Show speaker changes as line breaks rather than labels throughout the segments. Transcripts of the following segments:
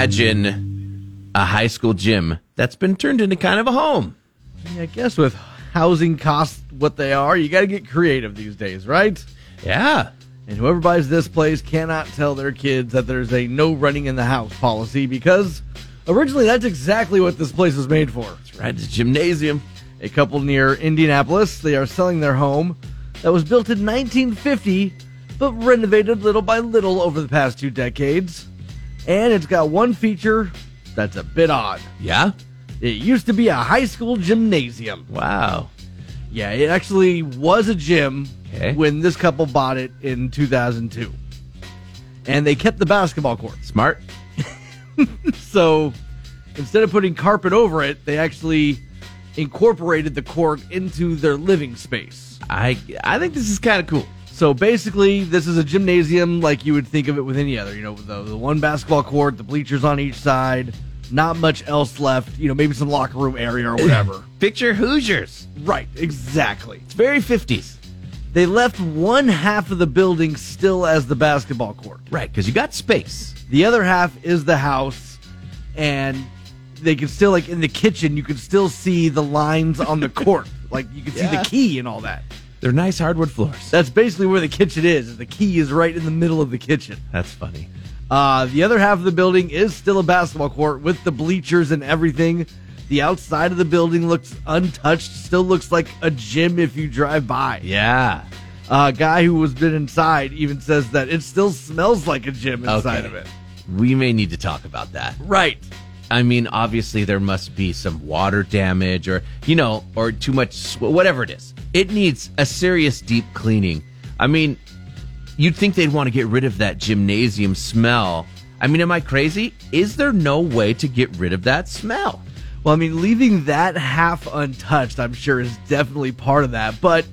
Imagine a high school gym that's been turned into kind of a home.
I guess with housing costs what they are, you got to get creative these days, right?
Yeah.
And whoever buys this place cannot tell their kids that there's a no running in the house policy because originally that's exactly what this place was made for.
Right, it's a gymnasium.
A couple near Indianapolis, they are selling their home that was built in 1950 but renovated little by little over the past two decades. And it's got one feature that's a bit odd.
Yeah?
It used to be a high school gymnasium.
Wow.
Yeah, it actually was a gym
Okay.
when this couple bought it in 2002. And they kept the basketball courts.
Smart.
So instead of putting carpet over it, they actually incorporated the court into their living space.
I I think this is kind of cool.
So basically, this is a gymnasium like you would think of it with any other. You know, the, the one basketball court, the bleachers on each side, not much else left. You know, maybe some locker room area or whatever.
Picture Hoosiers.
right, exactly.
It's very 50s.
They left one half of the building still as the basketball court.
Right, because you got space.
The other half is the house, and they can still like in the kitchen. You can still see the lines on the court, like you can see
Yeah.
the key and all that.
They're nice hardwood floors.
That's basically where the kitchen is. is The key is right in the middle of the kitchen.
That's funny.
Uh, the other half of the building is still a basketball court with the bleachers and everything. The outside of the building looks untouched. Still looks like a gym if you drive by.
Yeah.
A guy who has been inside even says that it still smells like a gym inside
Okay.
of it.
We may need to talk about that.
Right.
I mean, obviously there must be some water damage or, you know, or too much, sw- whatever it is. It needs a serious deep cleaning. I mean, you'd think they'd want to get rid of that gymnasium smell. I mean, am I crazy? Is there no way to get rid of that smell?
Well, I mean, leaving that half untouched, I'm sure, is definitely part of that. But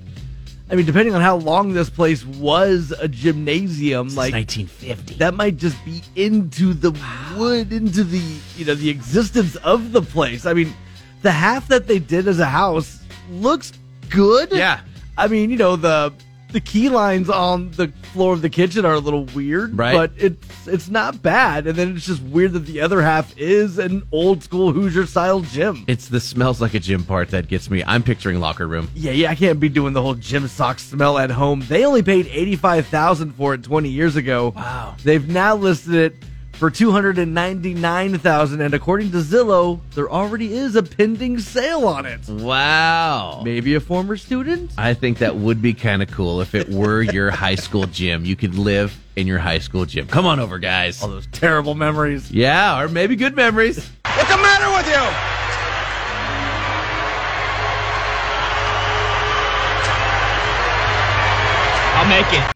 I mean, depending on how long this place was a gymnasium,
Since
like
1950.
that might just be into the wood, into the you know the existence of the place. I mean, the half that they did as a house looks good.
Yeah.
I mean, you know the the key lines on the floor of the kitchen are a little weird,
Right.
But it's it's not bad. And then it's just weird that the other half is an old school Hoosier style gym.
it's the smells like a gym part that gets me. I'm picturing locker room.
Yeah, yeah, I can't be doing the whole gym sock smell at home. They only paid eighty five thousand for it twenty years ago.
Wow.
They've now listed it for two hundred and ninety nine thousand, and according to Zillow, there already is a pending sale on it.
Wow.
Maybe a former student?
I think that would be kind of cool if it were your high school gym. You could live in your high school gym. Come on over, guys.
All those terrible memories.
Yeah, or maybe good memories.
What's the matter with you? I'll make it.